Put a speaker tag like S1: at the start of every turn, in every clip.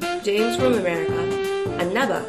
S1: from America, and Naba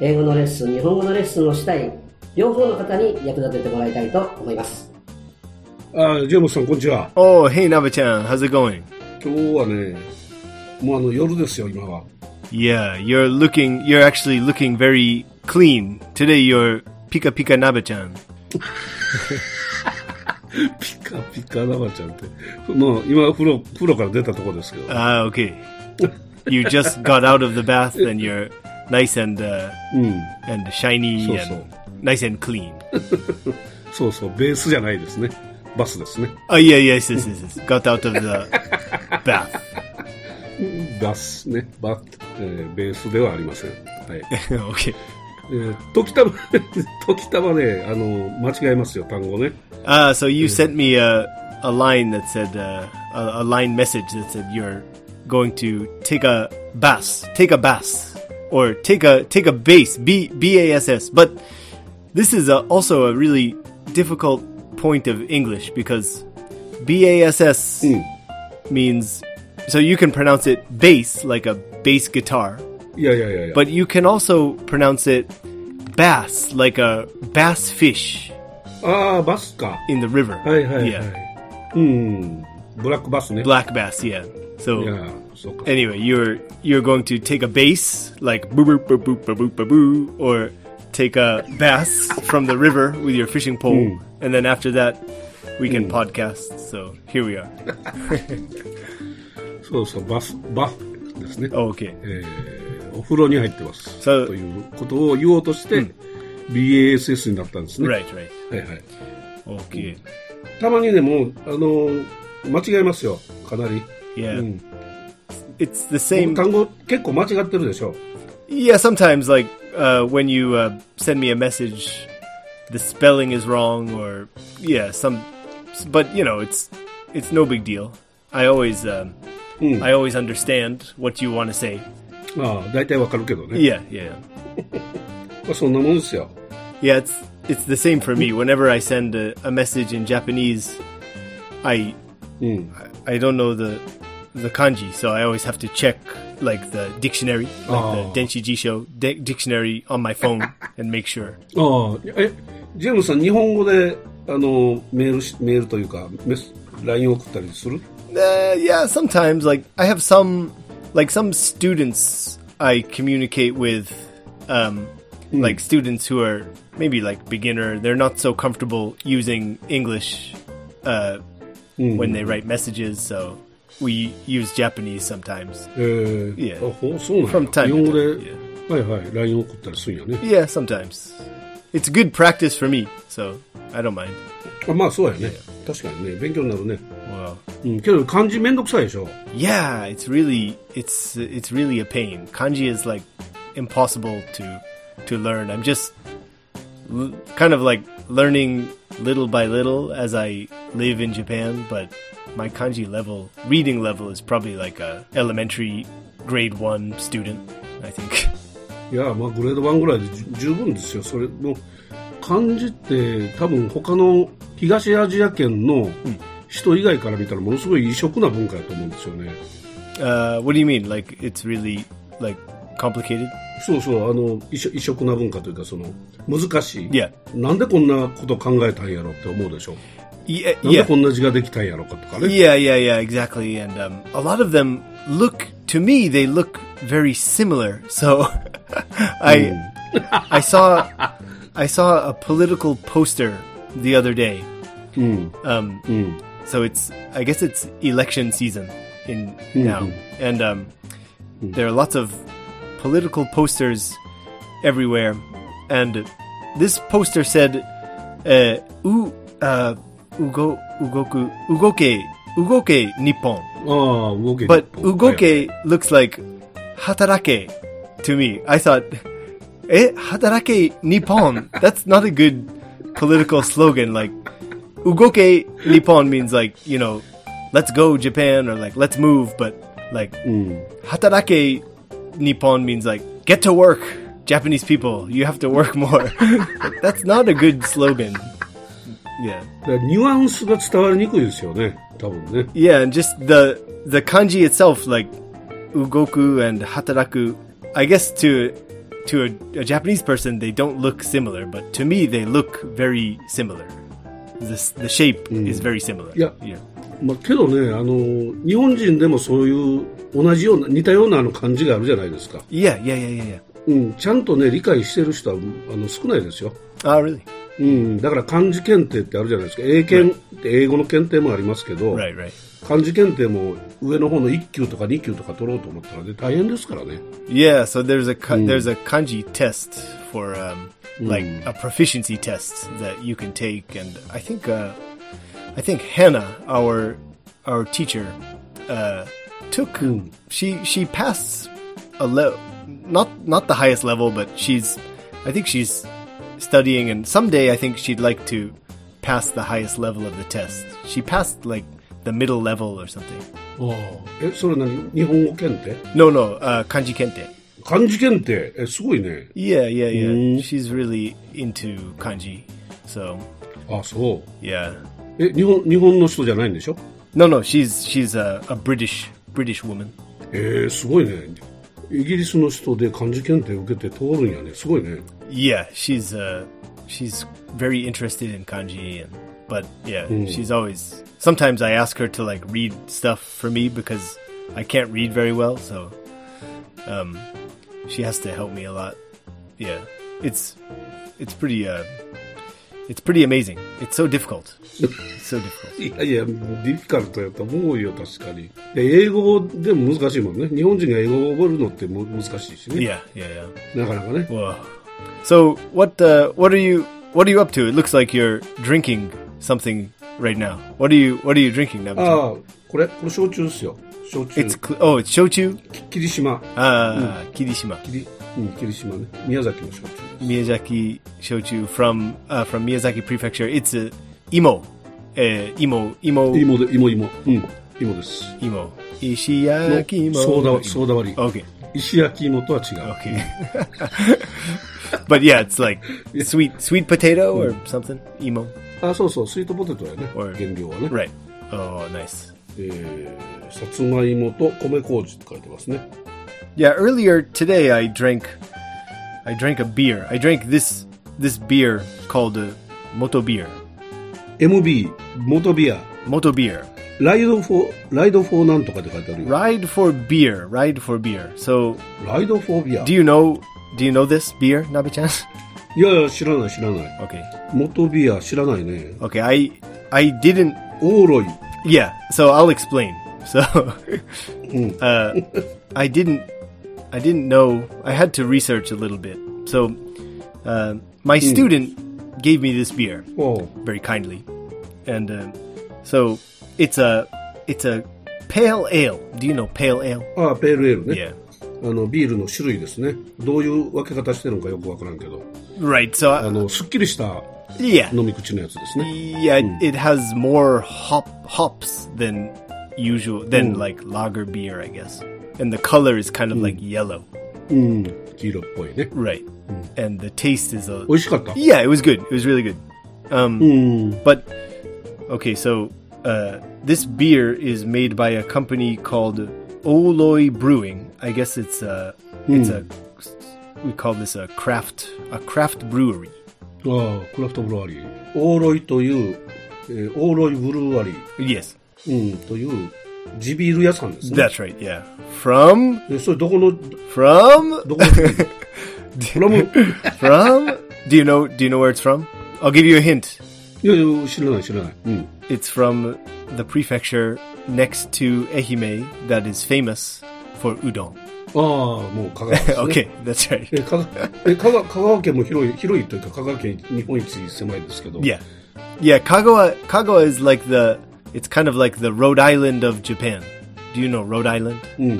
S2: 英語のレッスン日本語のレッスンをしたい両方の方に役立ててもらいたいと思います
S3: あジェームスさん、こんにちは。
S4: Oh, hey, Nava-chan, how's it going?
S3: 今日はね、もうあの夜ですよ、今は。
S4: Yeah, you're looking, you're actually looking very clean. Today you're Pika Pika Nava-chan.
S3: ピカピカなばちゃんって。もう今風呂、風呂から出たところですけど。
S4: Ah, okay. You just got out of the bath and you're nice and, uh,
S3: うん。
S4: and shiny
S3: Hmm. So, so.
S4: and nice and clean.
S3: そうそう、ベースじゃないですね。バスですね。
S4: Oh, yeah, yes, yes, yes, yes. Got out of the bath.
S3: バスね。バッ、えーベースではありません。はい。
S4: okay.
S3: えー、時たま、 時たまね、あの、間違えますよ、単語ね。
S4: Ah, so you sent me a, a line that said, uh, a, a line message that said you're going to take a bass, take a bass, or take a take a bass, b b a s s. But this is a, also a really difficult point of English because b a s s
S3: うん。
S4: means so you can pronounce it bass like a bass guitar,
S3: いやいやいやいや。
S4: but you can also pronounce it bass like a bass fish
S3: ああ、バスか。
S4: in the river.
S3: はいはいは
S4: Yeah.
S3: い。うん。ブラックバスね。
S4: black bass yeah so
S3: いや、そうか。
S4: anyway you're you're going to take a bass like boo boo boo boo boo boo boo boo or take a bass from the river with your fishing pole and then after that we can podcast so here we are
S3: そうそう、バス、バッですね。
S4: oh, okay
S3: えーお風呂に入ってます。
S4: そう
S3: ということを言おうとして、BASS になったんですね。
S4: right
S3: は
S4: right
S3: いはい。
S4: okay
S3: たまにね、もう、あのー間違えますよ。かなり。
S4: yeah
S3: うん。
S4: it's the same
S3: 単語結構間違ってるでしょ。
S4: yeah sometimes like uh, when you uh, send me a message the spelling is wrong or yeah some but you know it's it's no big deal i always um,
S3: Mm.
S4: i always understand what you want to say
S3: まあ、大体わかるけどね。
S4: yeah yeah
S3: まあ、そんなもんですよ。
S4: yeah it's it's the same for me whenever i send a, a message in japanese i
S3: うん。
S4: i don't know the the kanji so i always have to check like the dictionary like
S3: Oh.
S4: the denshi jisho di- dictionary on my phone and make sure
S3: ああ、え、ジェームスさん、日本語で、あのーメールし、メールというか、メス、LINE 送ったりする
S4: Uh, yeah, sometimes. Like I have some, like some students I communicate with, um, like students who are maybe like beginner. They're not so comfortable using English uh, when they write messages, so we use Japanese sometimes.
S3: えー、
S4: Yeah.
S3: あ、ほうそうなん
S4: From
S3: や
S4: time to
S3: 日本語で、
S4: time,
S3: はいはい、LINE 送ったりするんやね。
S4: Yeah, sometimes. It's good practice for me, so I don't mind.
S3: あまあそうやね確かにね勉強になるね、
S4: Wow.
S3: うん、けど漢字めんどくさいでしょ
S4: Yeah, it's really it's it's really a pain. Kanji is like impossible to to learn. I'm just l- kind of like learning little by little as I live in Japan, but my kanji level, reading level is probably like a elementary grade 1 student, I think.
S3: いやまあグレード1ぐらいでじゅ十分ですよそれもう漢字って多分他の東アジア圏の人以外から見たらものすごい異色な文化やと思うんですよね
S4: Uh what do you mean? Like it's really like complicated?
S3: そうそうあの異色異色な文化というかその難しい、
S4: いや
S3: なんでこんなこと考えたんやろって思うでしょ
S4: Yeah,
S3: なんで
S4: yeah.
S3: こんな字ができたんやろかとかね
S4: Yeah, yeah, yeah, exactly. And um, a lot of them look to me; they look very similar. So, I I saw I saw a political poster the other day. Um, So it's I guess it's election season in now, and um, there are lots of political posters everywhere, and this poster said uh, u, uh, ugo, ugoku, ugoke, ugoke Nippon.
S3: ああ動け
S4: But
S3: 動け
S4: ugoke looks like hatarake to me. I thought, eh, hatarake Nippon. That's not a good political slogan. Like, ugoke Nippon means like, you know, let's go Japan or like, let's move. But like, hatarake Nippon means like, get to work. Japanese people, you have to work more. That's not a good slogan. Yeah.
S3: だからニュアンスが伝わりにくいですよね。多分ね。
S4: Yeah, and just the the kanji itself, like ugoku and hataraku. I guess to to a, a Japanese person, they don't look similar, but to me, they look very similar. This the shape is very similar.
S3: Yeah.
S4: yeah,
S3: まあ、けどね、あの、日本人でもそういう同じような、似たようなあの感じがあるじゃないですか。
S4: yeah, yeah, yeah, yeah. yeah.
S3: うん、ちゃんとね、理解してる人はあの少ないですよ。
S4: Oh, really?
S3: うん、だから漢字検定ってあるじゃないですか。英検って英語の検定もありますけど、
S4: Right, right.
S3: 漢字検定も上の方の1級とか2級とか取ろうと思ったらね、大変ですからね。
S4: Yeah. So there's a ka- there's a kanji test for um, like a proficiency test that you can take, and I think uh, I think Hannah, our our teacher, uh, took she she passed a le- not not the highest level, but she's I think she's studying, and someday I think she'd like to pass the highest level of the test. She passed like the middle level or something.
S3: え、それ何日本語検定
S4: No, no, uh, kanji kente.
S3: 漢字検定、え、すごいね。
S4: Yeah, yeah, yeah. She's really into kanji. So,
S3: あ、そう。
S4: yeah.
S3: え、日本、日本の人じゃないんでしょ
S4: No, no, she's she's a, a British British woman.
S3: えー、すごいね。イギリスの人で漢字検定受けて通るんやね。すごいね。
S4: Yeah, she's uh she's very interested in kanji and but yeah, she's always sometimes I ask her to like read stuff for me because I can't read very well, so um she has to help me a lot. Yeah. It's it's pretty uh it's pretty amazing. It's so difficult. It's so difficult.
S3: いやいや、ディフィカルトやと思うよ、確かに。いや英語でも難しいもんね。日本人が英語を覚えるのっても難しいしね。
S4: Yeah, yeah, yeah.
S3: なかなかね。
S4: Whoa. So what uh, what are you what are you up to? It looks like you're drinking something right now. What are you what are you drinking now?
S3: ああ、これ、これ焼酎ですよ。焼酎。
S4: It's cl- oh it's shochu.
S3: 霧島。
S4: Uh, Kirishima
S3: 霧、うん、霧島ね。宮崎の焼酎です。
S4: Miyazaki shochu from uh, from Miyazaki Prefecture. It's a imo. Uh, imo imo
S3: 芋で、芋芋。うん、芋です。
S4: imo.
S3: の
S4: Ishiyaki imo.
S3: ソーダ割り、ソーダ割り。
S4: Okay.
S3: 石焼き芋とは違う。
S4: Okay. but yeah, it's like sweet sweet potato or something. Imo.
S3: あ、そうそう、スイートポテトやね。
S4: おい
S3: 原料はね。
S4: Right. Oh, nice.
S3: えー、さつまいもと米麹って書いてますね。
S4: Yeah, earlier today I drank I drank a beer. I drank this this beer called uh, Moto beer.
S3: MB、元ビア、
S4: Moto beer.
S3: ライドフォー、ライドフォーなんとかって書いてあるよ。
S4: Ride for beer. Ride for beer. So,
S3: ライドフォービア。
S4: do you know do you know this beer, Nabi-chan?
S3: いやいや、知らない知らない。
S4: okay.
S3: 元ビア知らないね。
S4: Okay, I I didn't
S3: オーロイ。
S4: Yeah, so I'll explain. So, uh, I didn't, I didn't know. I had to research a little bit. So, uh, my student gave me this beer
S3: Oh.
S4: very kindly, and uh, so it's a, it's a pale ale. Do you know pale ale?
S3: ああ、ペールエールね。
S4: Yeah.
S3: あの、ビールの種類ですね。どういう分け方してるのかよくわからんけど。
S4: Right. So,
S3: あ
S4: I,
S3: の、すっきりした
S4: yeah,
S3: 飲み口のやつですね。
S4: yeah. it- It has more hop hops than usual than like lager beer, I guess. And the color is kind of like yellow.
S3: うん。黄色っぽいね。
S4: Right. And the taste is a
S3: 美味しかった。
S4: Yeah, it was good. It was really good. Um
S3: うん。
S4: but okay, so uh this beer is made by a company called Oloy Brewing. I guess it's uh it's a we call this a craft a craft brewery.
S3: ああ、クラフトブルワリー。オーロイという、えーオーロイブルワリ
S4: Yes.
S3: ー、うん、という、地ビール屋さんですね。
S4: That's right. Yeah. From
S3: えそれどこの、
S4: from
S3: どこ の、フラム、
S4: from Do you know do you know where it's from? I'll give you a hint.
S3: いやいや、知らない知らない。うん。
S4: It's from the prefecture next to Ehime that is famous for udon.
S3: ああ、もう香川です、 ね。
S4: Okay, that's right.
S3: え香川え香川香川県も広い、広いというか、香川県日本一狭いですけど。
S4: Yeah. Yeah, Kagawa Kagawa is like the it's kind of like the Rhode Island of Japan. Do you know Rhode Island?
S3: うん。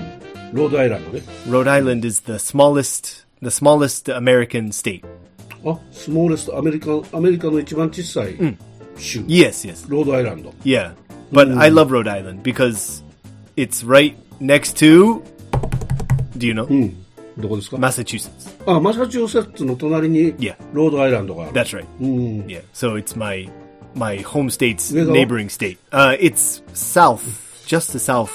S3: ロードアイランドね。
S4: Rhode Island is the smallest the smallest American state.
S3: あ、スモーレストアメリカ、アメリカの一番小さい州。
S4: Yes, yes.
S3: ロードアイランド。
S4: Yeah. But I love Rhode Island because it's right next to do you know?
S3: うん。どこですか
S4: Massachusetts.
S3: あ、マサチューセッツの隣に
S4: Yeah.
S3: ロードアイランドがある。
S4: That's right.
S3: うん。
S4: Yeah. So it's my my home state's
S3: Where's that?
S4: neighboring state. Uh it's south, just the south.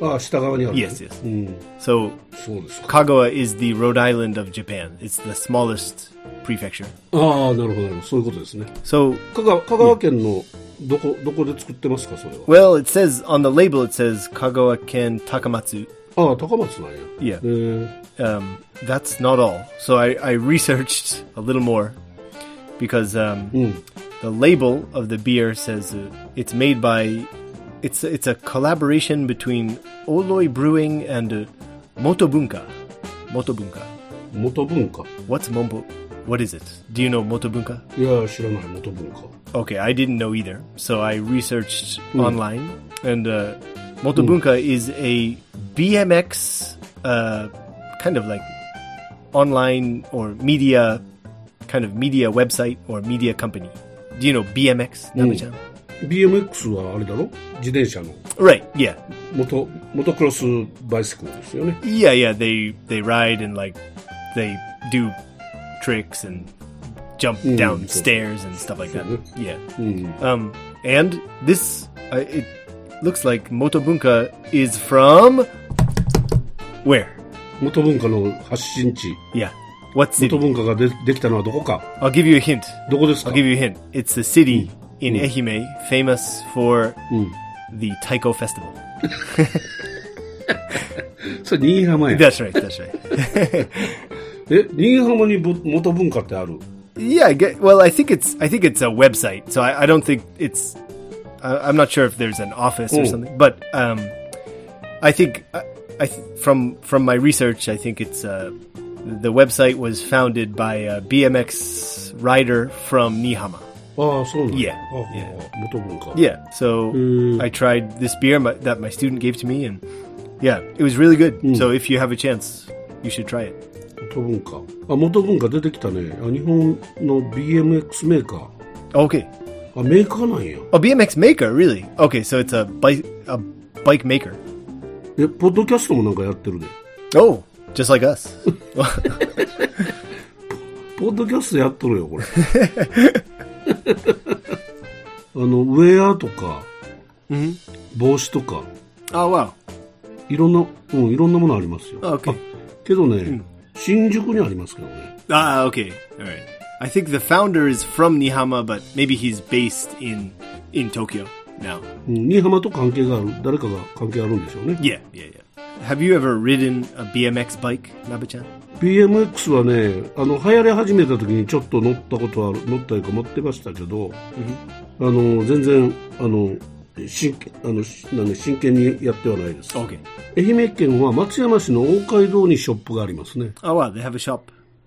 S3: あ、下側にある、ね。
S4: Yes, yes.
S3: うん。
S4: So
S3: そうですか。
S4: Kagawa is the Rhode Island of Japan. It's the smallest prefecture.
S3: ああ、なるほどなるほど。そういうことですね。
S4: So
S3: 香川香川県のどこ、どこで作ってますか、それは。
S4: well, it says on the label it says Kagawa Ken Takamatsu.
S3: ああ、高松なんや。
S4: Yeah.
S3: えー、
S4: um, that's not all. So I, I researched a little more because um,
S3: うん。
S4: the label of the beer says uh, it's made by it's it's a collaboration between Oloi Brewing and uh, Motobunka. Motobunka.
S3: 元文化。
S4: What's Mombo? What is it? Do you know Motobunka?
S3: いや、知らない、元文化。
S4: Okay, I didn't know either. So I researched online, and uh, Motobunka is a BMX uh, kind of like online or media kind of media website or media company. Do you know BMX? Nabe-chan?
S3: BMX はあれだろ自転車の。
S4: Right. Yeah.
S3: 元、元クロスバイスクルですよね。
S4: Yeah. Yeah. They they ride and like they do tricks and jump down
S3: so-
S4: stairs and stuff like that. Yeah.
S3: うん。
S4: Um, and this, uh, it looks like Motobunka is from where?
S3: 元文化の発信地。
S4: Yeah. What
S3: 元
S4: city?
S3: 文化がでできたのはどこか。
S4: I'll give you a hint.
S3: どこですか
S4: I'll give you a hint. It's a city in Ehime famous for the Taiko Festival.
S3: それ、新居浜や。
S4: That's right. That's right.
S3: え、新居浜にぼ元文化ってある
S4: yeah. I get, well, I think it's I think it's a website. So I, I don't think it's. I, I'm not sure if there's an office or
S3: Mm.
S4: something, but um, I think I, I th- from from my research, I think it's uh, the website was founded by a BMX rider from Nihama.
S3: ああ、そうなん
S4: いや
S3: や。ああああ元文化。
S4: Yeah, so I tried this beer my, that my student gave to me, and yeah, it was really good. So if you have a chance, you should try it.
S3: 元文化。あ、元文化出てきたね。あ日本の BMX メーカー。
S4: Okay,
S3: あ、メーカーなんや。
S4: oh BMX maker, really? Okay, so it's a bike a bike maker.
S3: え、ポッドキャストもなんかやってるで。
S4: Oh, just like us.
S3: ポッドキャストやっとるよ、 これ。あの、ウェアとか、帽子とか、
S4: oh wow.
S3: いろんな、うん、いろんなものありますよ。
S4: あ OK
S3: あけどね、新宿にありますけどね。
S4: Ah, okay. All right. I think the founder is from Nihama, but maybe he's based in in Tokyo now.
S3: うん、新居浜と関係がある、誰かが関係あるんでしょうね。
S4: Yeah, yeah, yeah. Have you ever ridden a BMX bike, Nabe-chan?
S3: BMX はね、あの、流行り始めた時にちょっと乗ったことある、乗ったりか持ってましたけど、あの、全然、あの、真剣、あの、しなんで真剣にやってはないです。
S4: Okay.
S3: 愛媛県は松山市の大街道にショップがありますね。
S4: Oh wow, they have a shop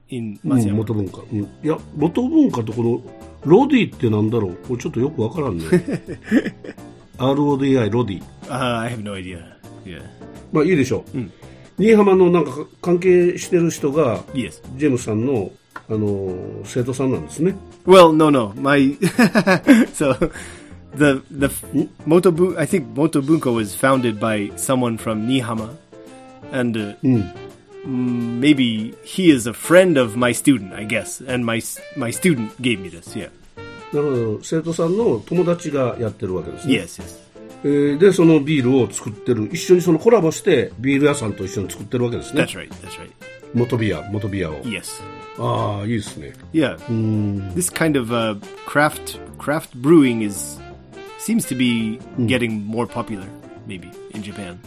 S4: in
S3: うん
S4: Matsuyama.
S3: 元文化、うんいや、元文化とこのロディってなんだろうこれちょっとよくわから んね。RODI、ロディ。
S4: Uh, I have no idea. Yeah.
S3: まあいいでしょう。新居浜のなんか関係してる人が、
S4: Yes.
S3: ジェームスさんの、あのー生徒さんなんですね。
S4: Well, no, no. My so the the Motobu I think Motobunko was founded by someone from Nihama, and uh, mm, maybe he is a friend of my student, I guess. And my s- my student gave me this. Yeah.
S3: なるほど。生徒さんの友達がやってるわけですね。
S4: Yes. Yes.
S3: えーで、そのビールを作ってる。一緒にそのコラボして、ビール屋さんと一緒に作ってるわけですね
S4: That's。right. That's right.
S3: 元ビア、元ビアを。
S4: Yes.
S3: ああ、いいですね。
S4: Yeah. This kind of uh, craft craft brewing is seems to be getting more popular, maybe in Japan.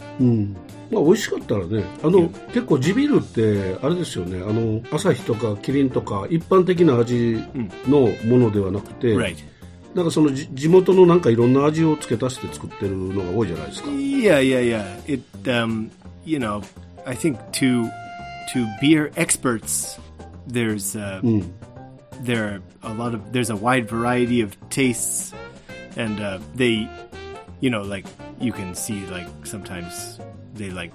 S3: まあ、美味しかったらね、あの、結構地ビールって、あれですよね、あの、朝日とかキリンとか、一般的な味のものではなくて、
S4: Right.
S3: なんかそのじ地元のなんかいろんな味を付け足して作ってるのが多いじゃないですか。
S4: Yeah, yeah, yeah. It, um, you know, I think to to beer experts, there's uh, there are a lot of there's a wide variety of tastes, and uh, they, you know, like you can see like sometimes they like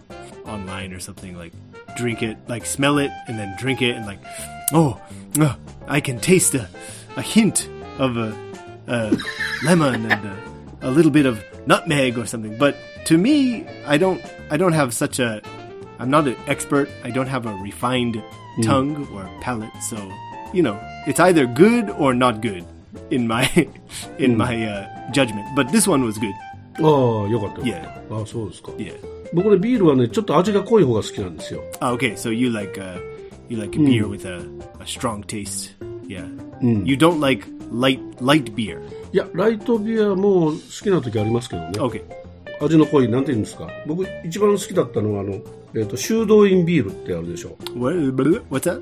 S4: online or something like drink it, like smell it and then drink it and like oh, uh, I can taste a, a hint of a, a lemon and a, a little bit of nutmeg or something. But to me, I don't I don't have such a I'm not an expert. I don't have a refined tongue or palate, so you know, it's either good or not good in my in my uh, judgment. But this one was good.
S3: ああ、よかったよかった。
S4: いや
S3: ああ、そうですか。
S4: Yeah.
S3: 僕ね、ビールはね、ちょっと味が濃い方が好きなんですよ。
S4: Oh, okay, so you like uh, you like a beer with a, a strong taste. Yeah. You don't like light light beer.
S3: いや、ライトビアも好きな時ありますけどね。
S4: Okay.
S3: 味の濃い、なんて言うんですか。僕、一番好きだったのは、あの、えっ、と、修道院ビールってあるでしょ。
S4: What, what's that?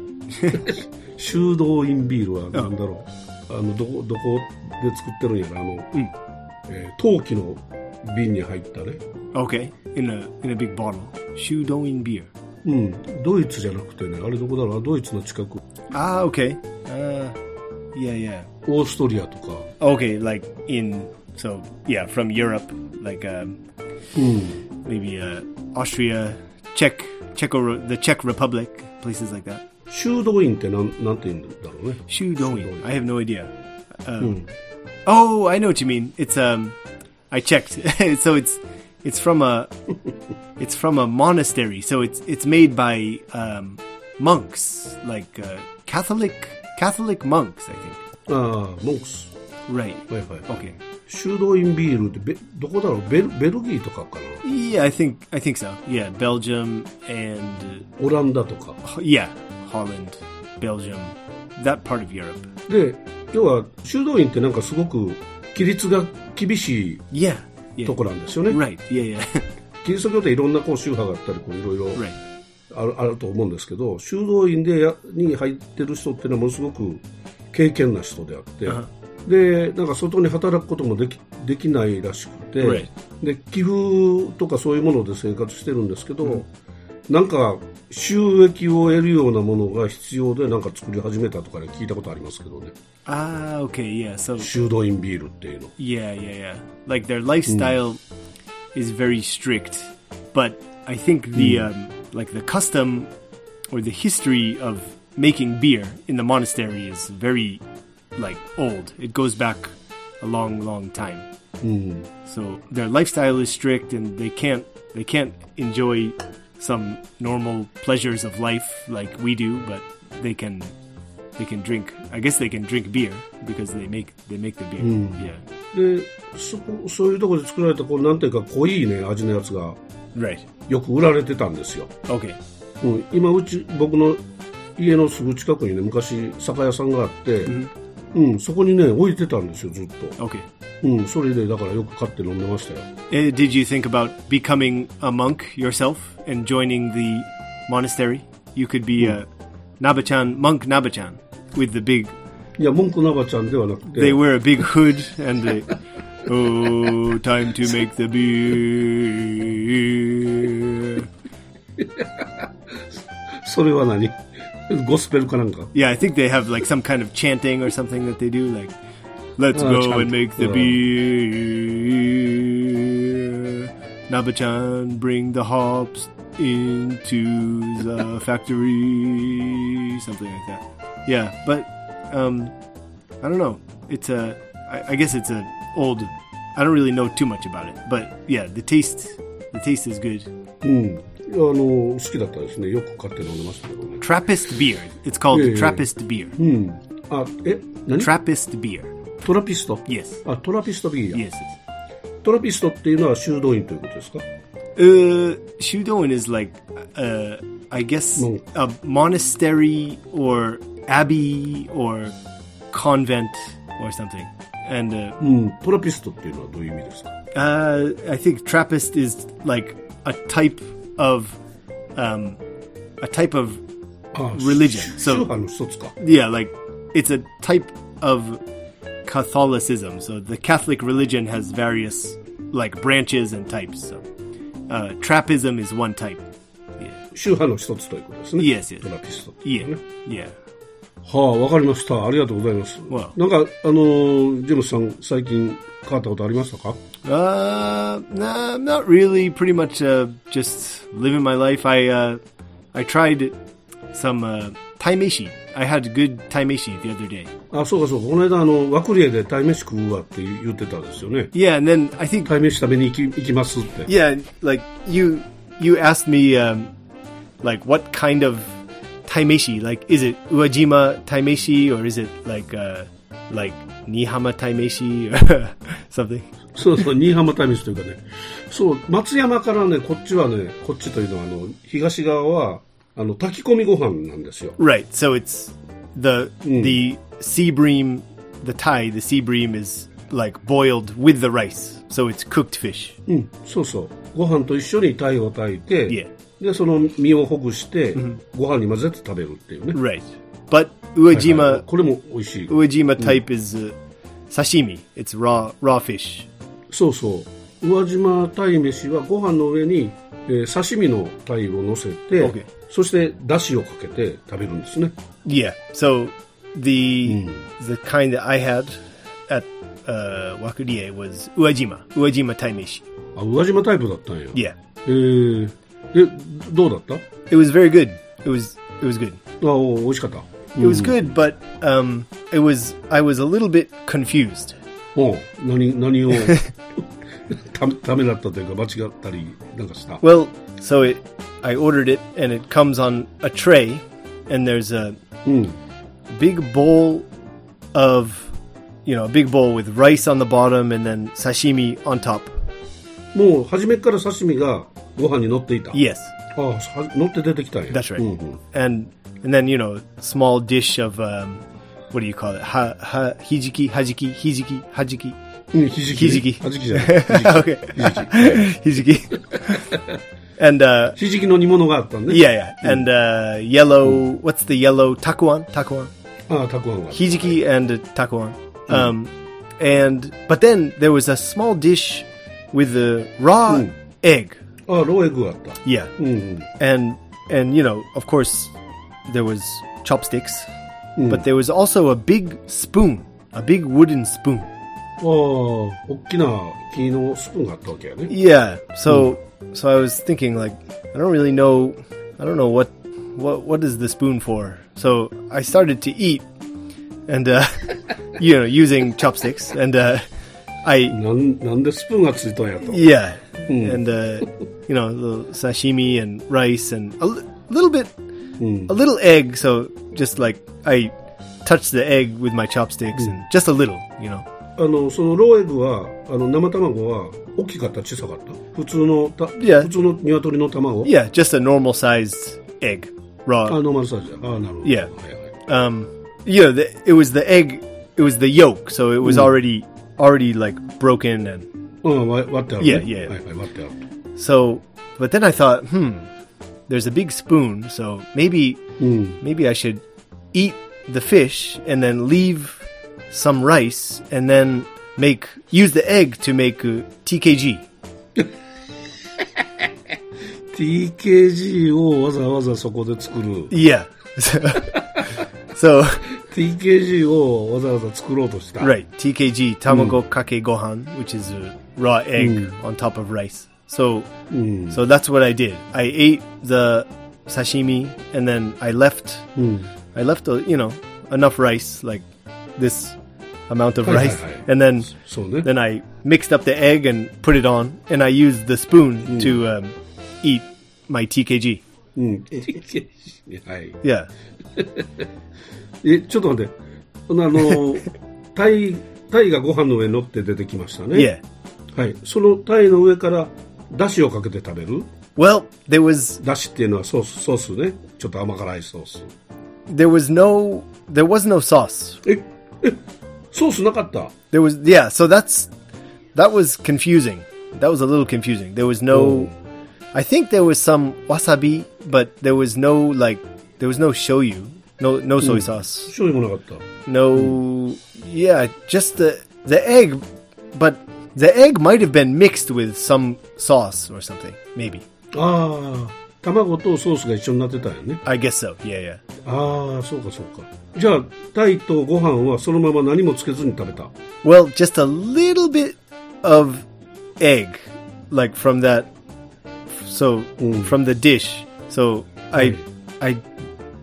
S3: 修道院ビールは何だろう。あの、どこ、どこで作ってるんやろ。あの、
S4: Hmm.
S3: えー陶器の瓶に入ったね。
S4: okay. In a in a big bottle. Shudoin beer.
S3: うん。ドイツじゃなくてね、あれどこだろう。ドイツの近く。
S4: Ah, okay. Uh, yeah, yeah.
S3: オーストリアとか。
S4: Okay, like in so yeah, from Europe, like um, maybe uh, Austria, Czech, Czecho, the Czech Republic, places like that.
S3: 修道院ってなん、なんて言うんだろうね。
S4: Shudoin. I have no idea. Um, Oh, I know what you mean. It's um, I checked. so it's it's from a it's from a monastery. So it's it's made by um, monks, like uh, Catholic Catholic monks, I think.
S3: ああ、モンクス。
S4: Right.
S3: はいはい。
S4: Okay.
S3: 修道院ビールってべどこだろうベルベルギーとかかな
S4: Yeah, I think I think so. Yeah, Belgium and
S3: オランダとか。
S4: uh, yeah, Holland, Belgium, that part of Europe.
S3: で、要は修道院ってなんかすごく規律が厳しい
S4: Yeah. Yeah.
S3: とこなんですよね。
S4: Right. Yeah, yeah.
S3: キリスト教っていろんなこう宗派があったり、こういろいろ
S4: right.
S3: あるあると思うんですけど、修道院でやに入ってる人っていうのはものすごく経験な人であって、で、なんか外に働くこともできできないらしくて、
S4: Right.
S3: で、寄付とかそういうもので生活してるんですけど、なんか収益を得るようなものが必要でなんか作り始めたとかね聞いたことありますけどね、
S4: Ah, okay. Yeah. So
S3: 修道院ビールっていうの。
S4: Yeah, yeah, yeah. Like their lifestyle is very strict, but I think the um, like the custom or the history of making beer in the monastery is very like old. It goes back a long, long time. So their lifestyle is strict, and they can't they can't enjoy some normal pleasures of life like we do, but they can they can drink. I guess they can drink beer because they make they make the beer. Yeah.
S3: でそこそういうところで作られたこうなんていうか濃いね味のやつが
S4: Right.
S3: よく売られてたんですよ、
S4: Okay.
S3: うん、今うち僕の家のすぐ近くにね昔酒屋さんがあって、うんそこにね置いてたんですよずっと、
S4: Okay.
S3: うん、それでだからよく買って飲んでましたよ
S4: Uh, did you think about becoming a monk yourself and joining the monastery? You could be a Nabachan monk Nabachan with the big.
S3: いや文句なばちゃんではなくて
S4: They wear a big hood and they. oh, time to make the beer.
S3: それは何 ゴスペルかなんか
S4: Yeah, I think they have like some kind of chanting or something that they do. Like, let's
S3: Oh,
S4: go
S3: chant.
S4: and make the
S3: Yeah.
S4: beer. Nabachan, bring the hops into the factory. Something like that. Yeah, but um, I don't know. It's a. I, I guess it's a old. I don't really know too much about it, but yeah, the taste. The taste is good.
S3: うんいやあの好きだったですねよく買って飲んでましたけどね
S4: Trappist beer. It's called
S3: Yeah, Hmm. yeah, yeah.
S4: Trappist beer.
S3: うんあえ何
S4: Trappist beer.
S3: トラピスト
S4: Yes.
S3: あトラピストビール
S4: Yes. yes.
S3: トラピストっていうのは修道院ということですか
S4: Uh, Shudoin is like, uh, I guess,
S3: Monk.
S4: a monastery or abbey or convent or something. And uh,
S3: うんトラピストっていうのはどういう意味ですか
S4: uh, I think Trappist is like a type of, um, a type of
S3: あ宗
S4: Religion So-
S3: 宗派の一つか
S4: yeah, like it's a type of Catholicism. So the Catholic religion has various like branches and types. So uh, Trappism is one type.
S3: 宗派の一つということですね
S4: Yes, yes.
S3: トラピストっていうの
S4: Yeah,
S3: はね
S4: yeah.
S3: はあ、わかりました。ありがとうございます。
S4: わ
S3: なんか、あのージェームスさん、最近、変わったことありましたか
S4: Uh, nah, not really. Pretty much, uh, just living my life. I, uh, I tried some uh, taimeshi. I had good taimeshi the other day.
S3: あ、そうかそうか。この間、あの、和クリエで鯛飯食うわって言ってたんですよね。
S4: Yeah, and then I think
S3: 鯛飯食べに行き行きますって。
S4: yeah, like you, you asked me, um, like what kind of taimeshi? Like, is it Uwajima taimeshi or is it like, uh, like Nihama taimeshi or something?
S3: そうそう、新居浜鯛飯というかね。そう、松山からね、こっちはね、こっちというのは、あの、東側は、あの、炊き込みご飯なんですよ。
S4: Right. So it's the the sea bream, the Thai, the sea bream is like boiled with the rice. So it's cooked fish.
S3: うん、そうそう。ご飯と一緒に鯛を炊いて、
S4: Yeah.
S3: で、その身をほぐして、ご飯に混ぜて食べるっていうね。
S4: Right. But Uejima
S3: これも美味しい。
S4: Uejima type is uh, sashimi. It's raw raw fish.
S3: そうそう。宇和島鯛飯はご飯の上に、えー刺身の鯛を乗せて、
S4: OK
S3: そして出汁をかけて食べるんですね。
S4: Yeah. So the the kind that I had at uh, Wakurie was Uejima Uejima taimeshi.
S3: あ、宇和島タイプだったんや。
S4: Yeah.
S3: えー、で、どうだっ
S4: It was very good. It was it was good.
S3: たあ、お美味しかった。
S4: It was good, but um, it was I was a little bit confused.
S3: おう何、何を た、ためだったというか間違ったりなんかした。
S4: Well, so it I ordered it and it comes on a tray and there's a big bowl of you know, a big bowl with rice on the bottom and then sashimi on top.
S3: もう、初めから刺身がご飯に乗っていた。
S4: Yes,
S3: ああ、は乗って出てきたんや。
S4: that's right.
S3: うんうん、
S4: And and then, you know, small dish of um, what do you call it? Ha, ha, hijiki, hajiki, hijiki, hajiki.
S3: うんひじき。
S4: ひじき
S3: あじきじゃない。ひじき
S4: okay. hijiki. and uh
S3: ひじきの煮物があったんね。
S4: yeah, yeah. And uh yellow, what's the yellow takuan? Takuan.
S3: ああ、たくあんが。
S4: hijiki and a takuan. Um, and but then there was a small dish with the raw
S3: Mm.
S4: egg.
S3: ああ、ローエッグがあった。
S4: Yeah,
S3: うんうん。
S4: and and you know, of course, there was chopsticks, but there was also a big spoon, a big wooden spoon.
S3: ああ、大きな木のスプーンがあったわけやね。
S4: Yeah. Mm. So so I was thinking like I don't really know I don't know what what what is the spoon for. So I started to eat and uh you know, using chopsticks and uh I
S3: なんなんでスプーンがついたんやと。
S4: yeah. And uh you know, the sashimi and rice and a li- little bit a little egg so just like I touched the egg with my chopsticks and just a little, you know.
S3: あの、そのローエッグは、あの、生卵は大きかった、小さかった。普通のた、
S4: いや
S3: 普通の鶏の卵
S4: Yeah, just a normal sized egg raw.
S3: あ、ノーマルサイズやああ、なるほど。
S4: いや
S3: はいはい。
S4: um yeah the, it was the egg it was the yolk so it was already already like broken and
S3: うん、わ割ってある、ね。
S4: いやいや
S3: はいはい、割ってある。
S4: so but then i thought hmm there's a big spoon so maybe maybe i should eat the fish and then leave some rice and then make use the egg to make uh, tkg
S3: TKG をわざわざそこで作る。
S4: yeah so
S3: TKG をわざわざ作ろうとした。
S4: Right, TKG, tamago kake gohan, which is a raw egg on top of rice. So, so that's what I did. I ate the sashimi, and then I left. I left, uh, you know, enough rice, like this amount of
S3: Hi, hi,
S4: rice,
S3: hi.
S4: and then,
S3: そうね。
S4: then I mixed up the egg and put it on, and I used the spoon to um, eat my TKG.
S3: うん。TKG。はい。
S4: Yeah,
S3: え、ちょっと待って。あ の、タイ、タイがご飯の上に乗って出てきましたね。
S4: yeah.
S3: はい。そのタイの上から、だしをかけて食べる
S4: Well, there was
S3: だしっていうのはソース、ソースね。ちょっと甘辛いソース。
S4: there was no there was no sauce
S3: え、え、ソースなかった
S4: There was yeah, so that's that was confusing. That was a little confusing. There was no I think there was some wasabi, but there was no like there was no shoyu, no no soy sauce.
S3: 醤油もなかっ
S4: No yeah, just the the egg but the egg might have been mixed with some sauce or something, maybe.
S3: た。ああ、卵とソースが一緒になってたんやね
S4: I guess so. Yeah, yeah.
S3: ああそうかそうかじゃあタイとご飯はそのまま何もつけずに食べた
S4: Well, just a little bit of egg, like from that. So from the dish. So I, I,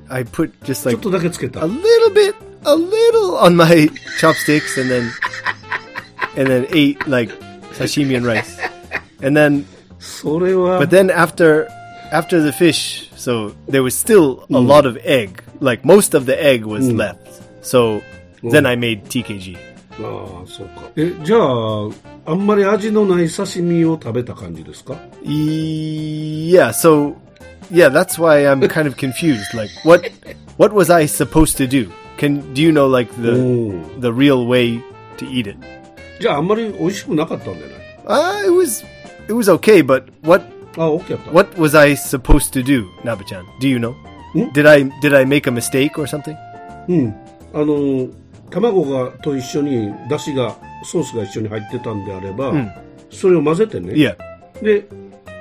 S4: I put just
S3: ちょ
S4: like
S3: っとだけつけた
S4: a little bit, a little on my chopsticks, and then, and then ate like sashimi and rice, and then
S3: それは
S4: But then after after the fish, so there was still a lot of egg. Like most of the egg was left. So then I made TKG.
S3: ああそうかえじゃああんまり味のない刺身を食べた感じですか
S4: Yeah, so yeah, that's why I'm kind of confused. Like what what was I supposed to do? Can do you know like the
S3: Mm.
S4: the real way to eat it?
S3: じゃああんまり美味しくなかったんじゃない
S4: Uh, it was it was okay, but what
S3: ああ OK やったあ
S4: what was I supposed to do, Nabachan? Do you know?
S3: Mm.
S4: Did I did I make a mistake or something?
S3: うんあの卵がと一緒に出汁がソースが一緒に入ってたんであれば、それを混ぜてね
S4: Yeah.
S3: で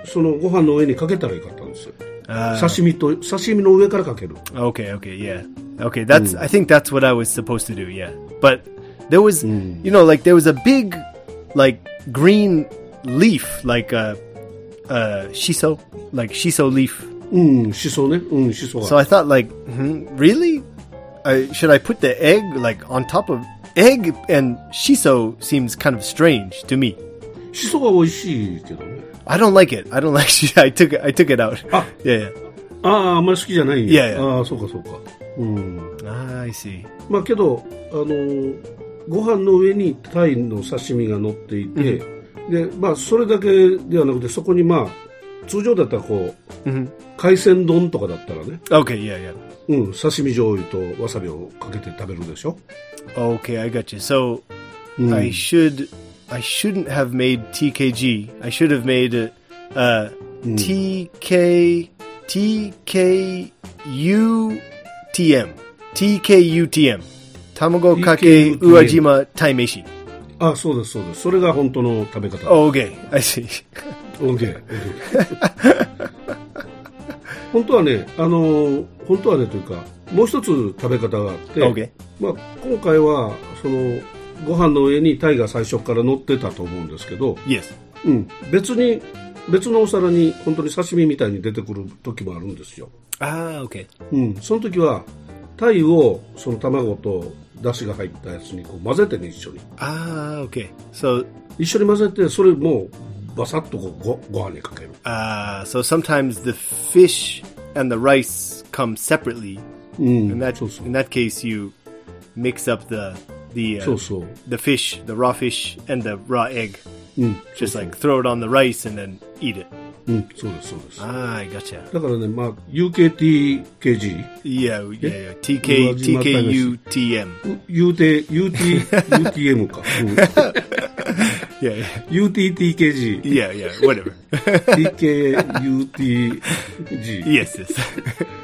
S3: そのご飯の上にかけたらよかったんですよ
S4: Uh,
S3: 刺身と刺身の上からかける
S4: Okay, okay, yeah. Okay, that's I think that's what I was supposed to do, yeah. But there was you know, like there was a big like green leaf, like uh uh shiso, like shiso leaf.
S3: うんしそねうんしそ
S4: So
S3: が
S4: I thought like, hmm, really? I should I put the egg like on top of egg and shiso seems kind of strange to me.
S3: しそが美味しいけどね
S4: I don't like it. I don't like shiso. I took it I took it out.
S3: Ah.
S4: Yeah, yeah.
S3: あああんまり好きじゃないん
S4: いやいや
S3: ああそうかそうかうん
S4: Ah, I see.
S3: まあけど、あのご飯の上にタイの刺身が乗っていて、でまあ、それだけではなくてそこに、まあ、通常だったらこう、海鮮丼とかだったらね、
S4: Mm-hmm. Okay, yeah, yeah.
S3: うん、刺身醤油とわさびをかけて食べるでしょ
S4: Okay, I got you. So I should I shouldn't have made TKG. I should have made uh, uh, TK TKUTM TKUTM Tamago Kake
S3: TKUTM
S4: Uajima Taimeshi.
S3: あそうですそうですそれが本当の食べ方
S4: Oh, okay, I see.
S3: OK 本当はね、あの本当はねというかもう一つ食べ方があって、
S4: Okay.
S3: まあ、今回はそのご飯の上にタイが最初から乗ってたと思うんですけど、
S4: Yes.
S3: うん、別に別のお皿に本当に刺身みたいに出てくる時もあるんですよ、
S4: Ah, okay.
S3: うん、その時はタイをその卵と出汁が入ったやつにこう混ぜてね一緒に
S4: Ah, okay. So
S3: 一緒に混ぜてそれもバサッとこうごご飯にかける
S4: uh, so sometimes the fish and the rice come separately. In that
S3: so-so.
S4: in that case, you mix up the the uh,
S3: そうそう
S4: the fish, the raw fish, and the raw egg.
S3: うん
S4: Just like throw it on the rice and then eat it.
S3: うんそうですそうですだか
S4: Ah, I gotcha.
S3: らねまあ UKTKG
S4: Yeah, yeah, yeah. TK,
S3: Uwajima
S4: TKUTM.
S3: う UT UT UTM か、
S4: Yeah, yeah,
S3: うん UTTKG
S4: yeah, yeah, whatever.
S3: TKUTG
S4: yes, yes.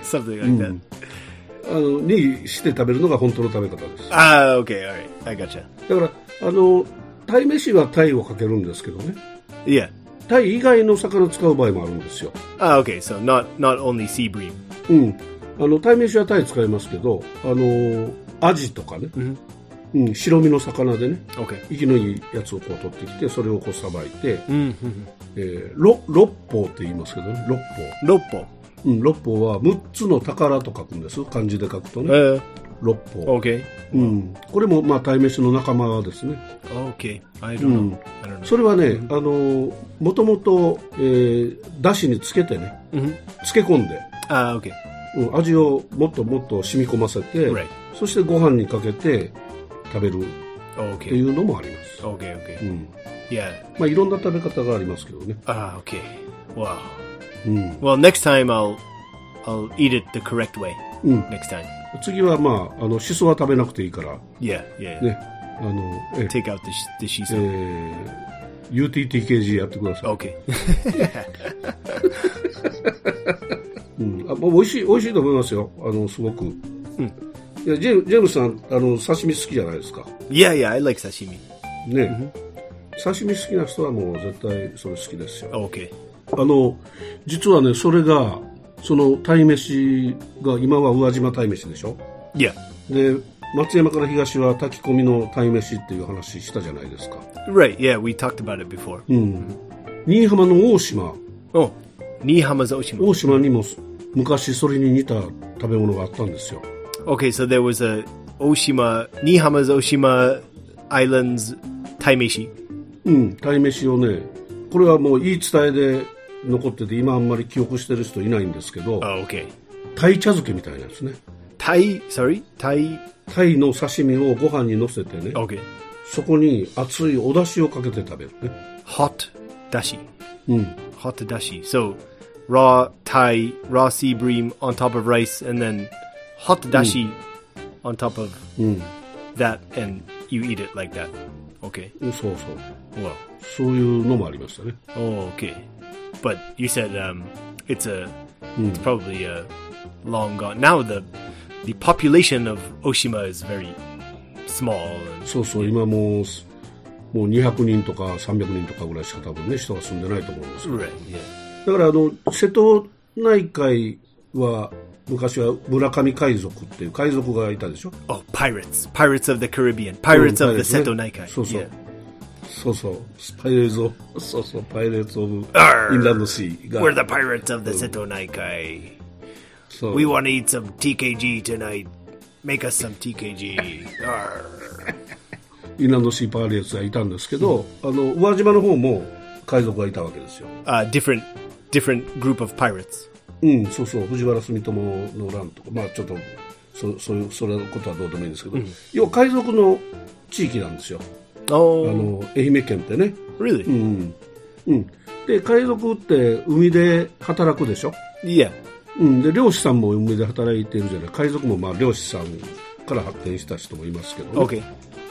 S4: Something like that.
S3: あのにして食べるのが本当の食べ方です
S4: Ah, okay, all right. I gotcha.
S3: だからあのタイ飯はタイをかけるんですけどね
S4: Yeah.
S3: タイ以外の魚を使う場合もあるんですよ、
S4: Ah, okay, so not not only sea bream.
S3: うん、あのタイ飯はタイ使いますけどあのアジとかね、うん白身の魚でね
S4: Okay.
S3: 生きのいいやつをこう取ってきてそれをこうさばいて、
S4: Mm-hmm.
S3: えー、ろ六方って言いますけどね六
S4: Lopo.
S3: 方、うん、六方は6つの宝と書くんです漢字で書くとね
S4: Uh,
S3: 六方、
S4: okay.
S3: うん、これもまあタイ飯の仲間ですね
S4: Okay. I don't know. I don't know.
S3: それはね、あのもともと、えーだしにつけてね、
S4: Mm-hmm.
S3: 漬け込んで、
S4: Ah, okay.
S3: うん味をもっともっと染み込ませて、
S4: Right.
S3: そしてご飯にかけて食べるってい
S4: Okay.
S3: うのもあります、
S4: Okay, okay.
S3: うん
S4: Yeah.
S3: まあ、いろんな食べ方がありますけどね、
S4: Ah, okay. Wow.
S3: うん、
S4: Well, next time I'll I'll eat it the correct way.
S3: Mm.
S4: Next time.
S3: 次はまああのしそは食べなくていいから
S4: Yeah, yeah.
S3: ねあのえ
S4: Take out the sh- the shiso.
S3: えー UTTKG やってください、
S4: Okay.
S3: うんあまあ、美味しい美味しいと思いますよあのすごく、いやジェームジェームスさんあの刺身好きじゃないですか
S4: yeah, yeah. I like sashimi.
S3: ね、刺身好きな人はもう絶対それ好きですよ、
S4: Okay.
S3: あの、実はね、それが、その鯛めしが、今は宇和島鯛めしでしょ
S4: Yeah.
S3: で、松山から東は炊き込みの鯛めしっていう話したじゃないですか。
S4: Right. Yeah, we talked about it before.
S3: うん。新居浜の大島、
S4: Oh, Nihama's Oshima.
S3: 大島にも昔それに似た食べ物があったんですよ。
S4: Okay, so there was a Oshima, Nihama's Oshima Islands Taimeshi.
S3: うん、鯛めしをね、これはもう言い伝えで残ってて、今あんまり記憶してる人いないんですけど、
S4: Oh, okay.
S3: 鯛茶漬けみたいなんですね。
S4: Tai, sorry, Tai.
S3: 鯛の刺身をご飯に乗せてね、
S4: Okay.
S3: そこに熱いお出汁をかけて食べるね。
S4: Hot dashi.
S3: う
S4: Hmm.
S3: ん。
S4: Hot dashi. So raw Thai, raw sea bream on top of rice, and then hot dashi on top of that, and you eat it like that. Okay.
S3: そうそう。
S4: Well,
S3: そういうのもありましたね。
S4: Oh, okay. But you said um, it's a it's probably uh long gone. Now the the population of Oshima is very small. And,
S3: そうそう、今もう、もう200人とか300人とかぐらいしか多分ね、人が住んでないと思うんですけ
S4: right. Yeah.
S3: ど。だからあの、瀬戸内海は、昔は村上海賊っていう海賊がいたでしょ
S4: Oh, pirates! Pirates of the Caribbean! Hmm, Pirates of the
S3: うん
S4: Seto Naikai!
S3: そうそう
S4: Yeah.。
S3: そうそう。パイレーズ・オブ、そうそう、パイレーズ・オブ・インランド・シー
S4: We're
S3: が、
S4: the pirates of the Seto Naikai.
S3: そう
S4: We want to eat some TKG tonight. Make us some TKG. Arr.
S3: インランド・シー・パイレーツがいたんですけど、あの、宇和島の方も海賊がいたわけですよ。
S4: Uh, different, different group of pirates.
S3: うん、そうそう、藤原住友の乱とか、まあちょっと、そそういう、それのことはどうでもいいんですけど、要は海賊の地域なんですよ。あ
S4: Oh,
S3: の、愛媛県ってね。
S4: really?
S3: うん。うん。で、海賊って海で働くでしょ
S4: Yeah.
S3: うん。で、漁師さんも海で働いてるじゃない。海賊もまあ漁師さんから発展した人もいますけど、ね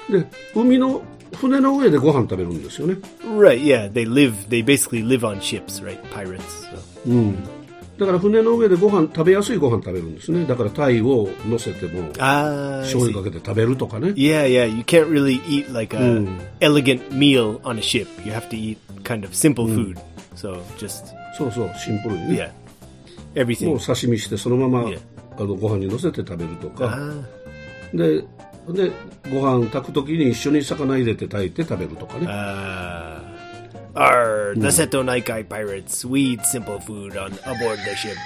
S4: Okay.
S3: で、海の、船の上でご飯食べるんですよね。
S4: Right, yeah, they live, they basically live on ships, right? Pirates. So.
S3: だから船の上でご飯食べやすいご飯食べるんですね。だから鯛を乗せても、
S4: Ah, I
S3: 醤
S4: see.
S3: 油かけて食べるとかね。
S4: yeah, yeah, you can't really eat like a elegant meal on a ship. You have to eat kind of simple food. So just,
S3: そうそう、シンプルにね。
S4: yeah,
S3: もう
S4: everything.
S3: 刺身してそのまま、
S4: Yeah.
S3: あのご飯に乗せて食べるとか。
S4: Ah,
S3: で、で、ご飯炊くときに一緒に魚入れて炊いて食べるとかね。
S4: uh, are the Seto Naikai pirates. We eat simple food on aboard the ship.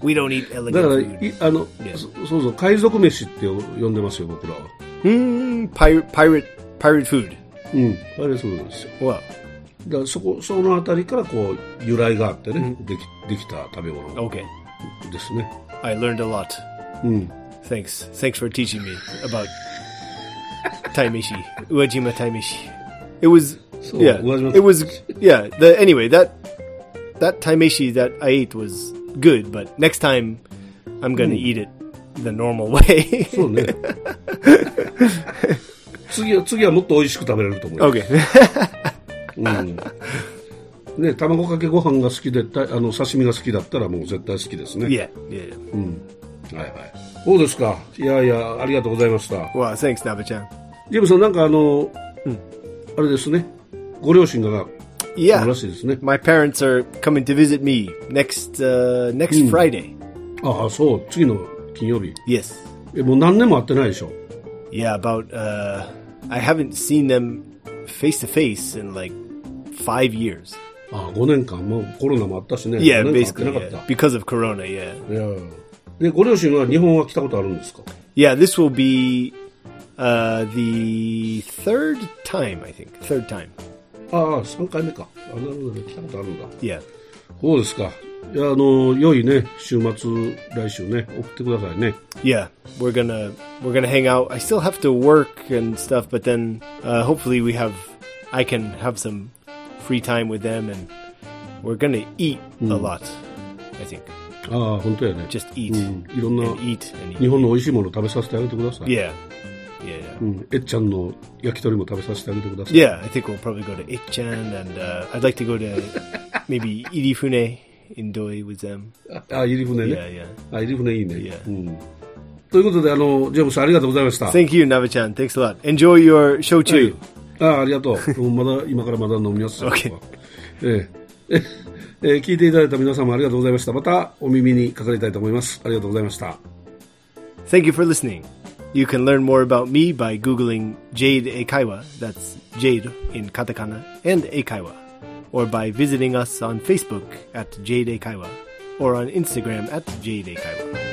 S4: we don't eat
S3: だから、
S4: elegant
S3: い
S4: food.
S3: あの、
S4: Yeah.
S3: そそうそう、海賊飯って呼んでますよ、僕らは。
S4: Mm, pirate, pirate, pirate food.
S3: うん。あれそうなんですよ。だ
S4: Well,
S3: からそこ、そのあたりからこう、由来があってね、でき、できた食べ物
S4: okay.
S3: ですね。
S4: I learned a lot. Hmm.
S3: うん。
S4: Thanks. Thanks for teaching me about Taimishi. Uejima Taimishi. It was
S3: So,
S4: yeah.
S3: Uejima
S4: It was yeah. The anyway, that that Taimishi that I ate was good, but next time I'm going to eat it the normal way.
S3: そうね。 次は、次はもっと美味しく食べれると思います。
S4: okay.
S3: うん。ね、卵かけご飯が好きで、たあの、刺身が好きだったらもう絶対好きですね。
S4: yeah. Yeah.
S3: はいはい。そうですか。いやいや、ありがとうございました。
S4: Wow, thanks Naba-chan.
S3: ジェームスさん、なんかあの、あれですね。ご両親が、
S4: Yeah.
S3: らしいですね。
S4: My parents are coming to visit me next uh, next Friday.
S3: ああ、そう。次の金曜日。
S4: Yes.
S3: え、もう何年も会ってないでしょ。
S4: Yeah, about uh I haven't seen them face to face in like 5 years.
S3: ああ、5年間。もうコロナもあったしね。
S4: Yeah,
S3: 五年間会っ
S4: basically
S3: てなか
S4: yeah.
S3: った。
S4: because of Corona. Yeah,
S3: いやで、ご両親は日本は来たことあるんですか
S4: yeah. This will be uh, the third time, I think. Third time.
S3: ああ、3回目か。あなるほどね。来たことあるんだ。
S4: Yeah.
S3: そうですか。いや、あの、良いね、週末、来週ね、送ってくださいね。
S4: Yeah, we're gonna we're gonna hang out. I still have to work and stuff, but then uh, hopefully we have I can have some free time with them, and we're gonna eat a lot. I think
S3: ああ、本当やね。
S4: just eat
S3: うん、いろんな
S4: and eat and
S3: 日
S4: eat.
S3: 本の美味しいもの食べさせてあげてください。
S4: Yeah, yeah, yeah.
S3: うん、えっちゃんの焼き鳥も食べさせてあげてください。
S4: Yeah, I think we'll probably go to Ichchan, and uh, I'd like to go to maybe Irifune in Doi with them.
S3: あ、入り船ね。
S4: Yeah, yeah.
S3: あ、入り船いいね。
S4: Yeah.
S3: うん。ということで、あの、ジェームスありがとうございました。
S4: Thank you, Navachan. Thanks a lot. Enjoy your show too.
S3: あありがとう。うんまだ、今からまだ飲みますよ。
S4: Okay.
S3: ええ。えー聞いていただいた皆様ありがとうございました。またお耳にかかりたいと思います。ありがとうございました。
S4: Thank you for listening. You can learn more about me by Googling Jade Eikaiwa, that's Jade in katakana, and Eikaiwa, or by visiting us on Facebook at Jade Eikaiwa, or on Instagram at Jade Eikaiwa.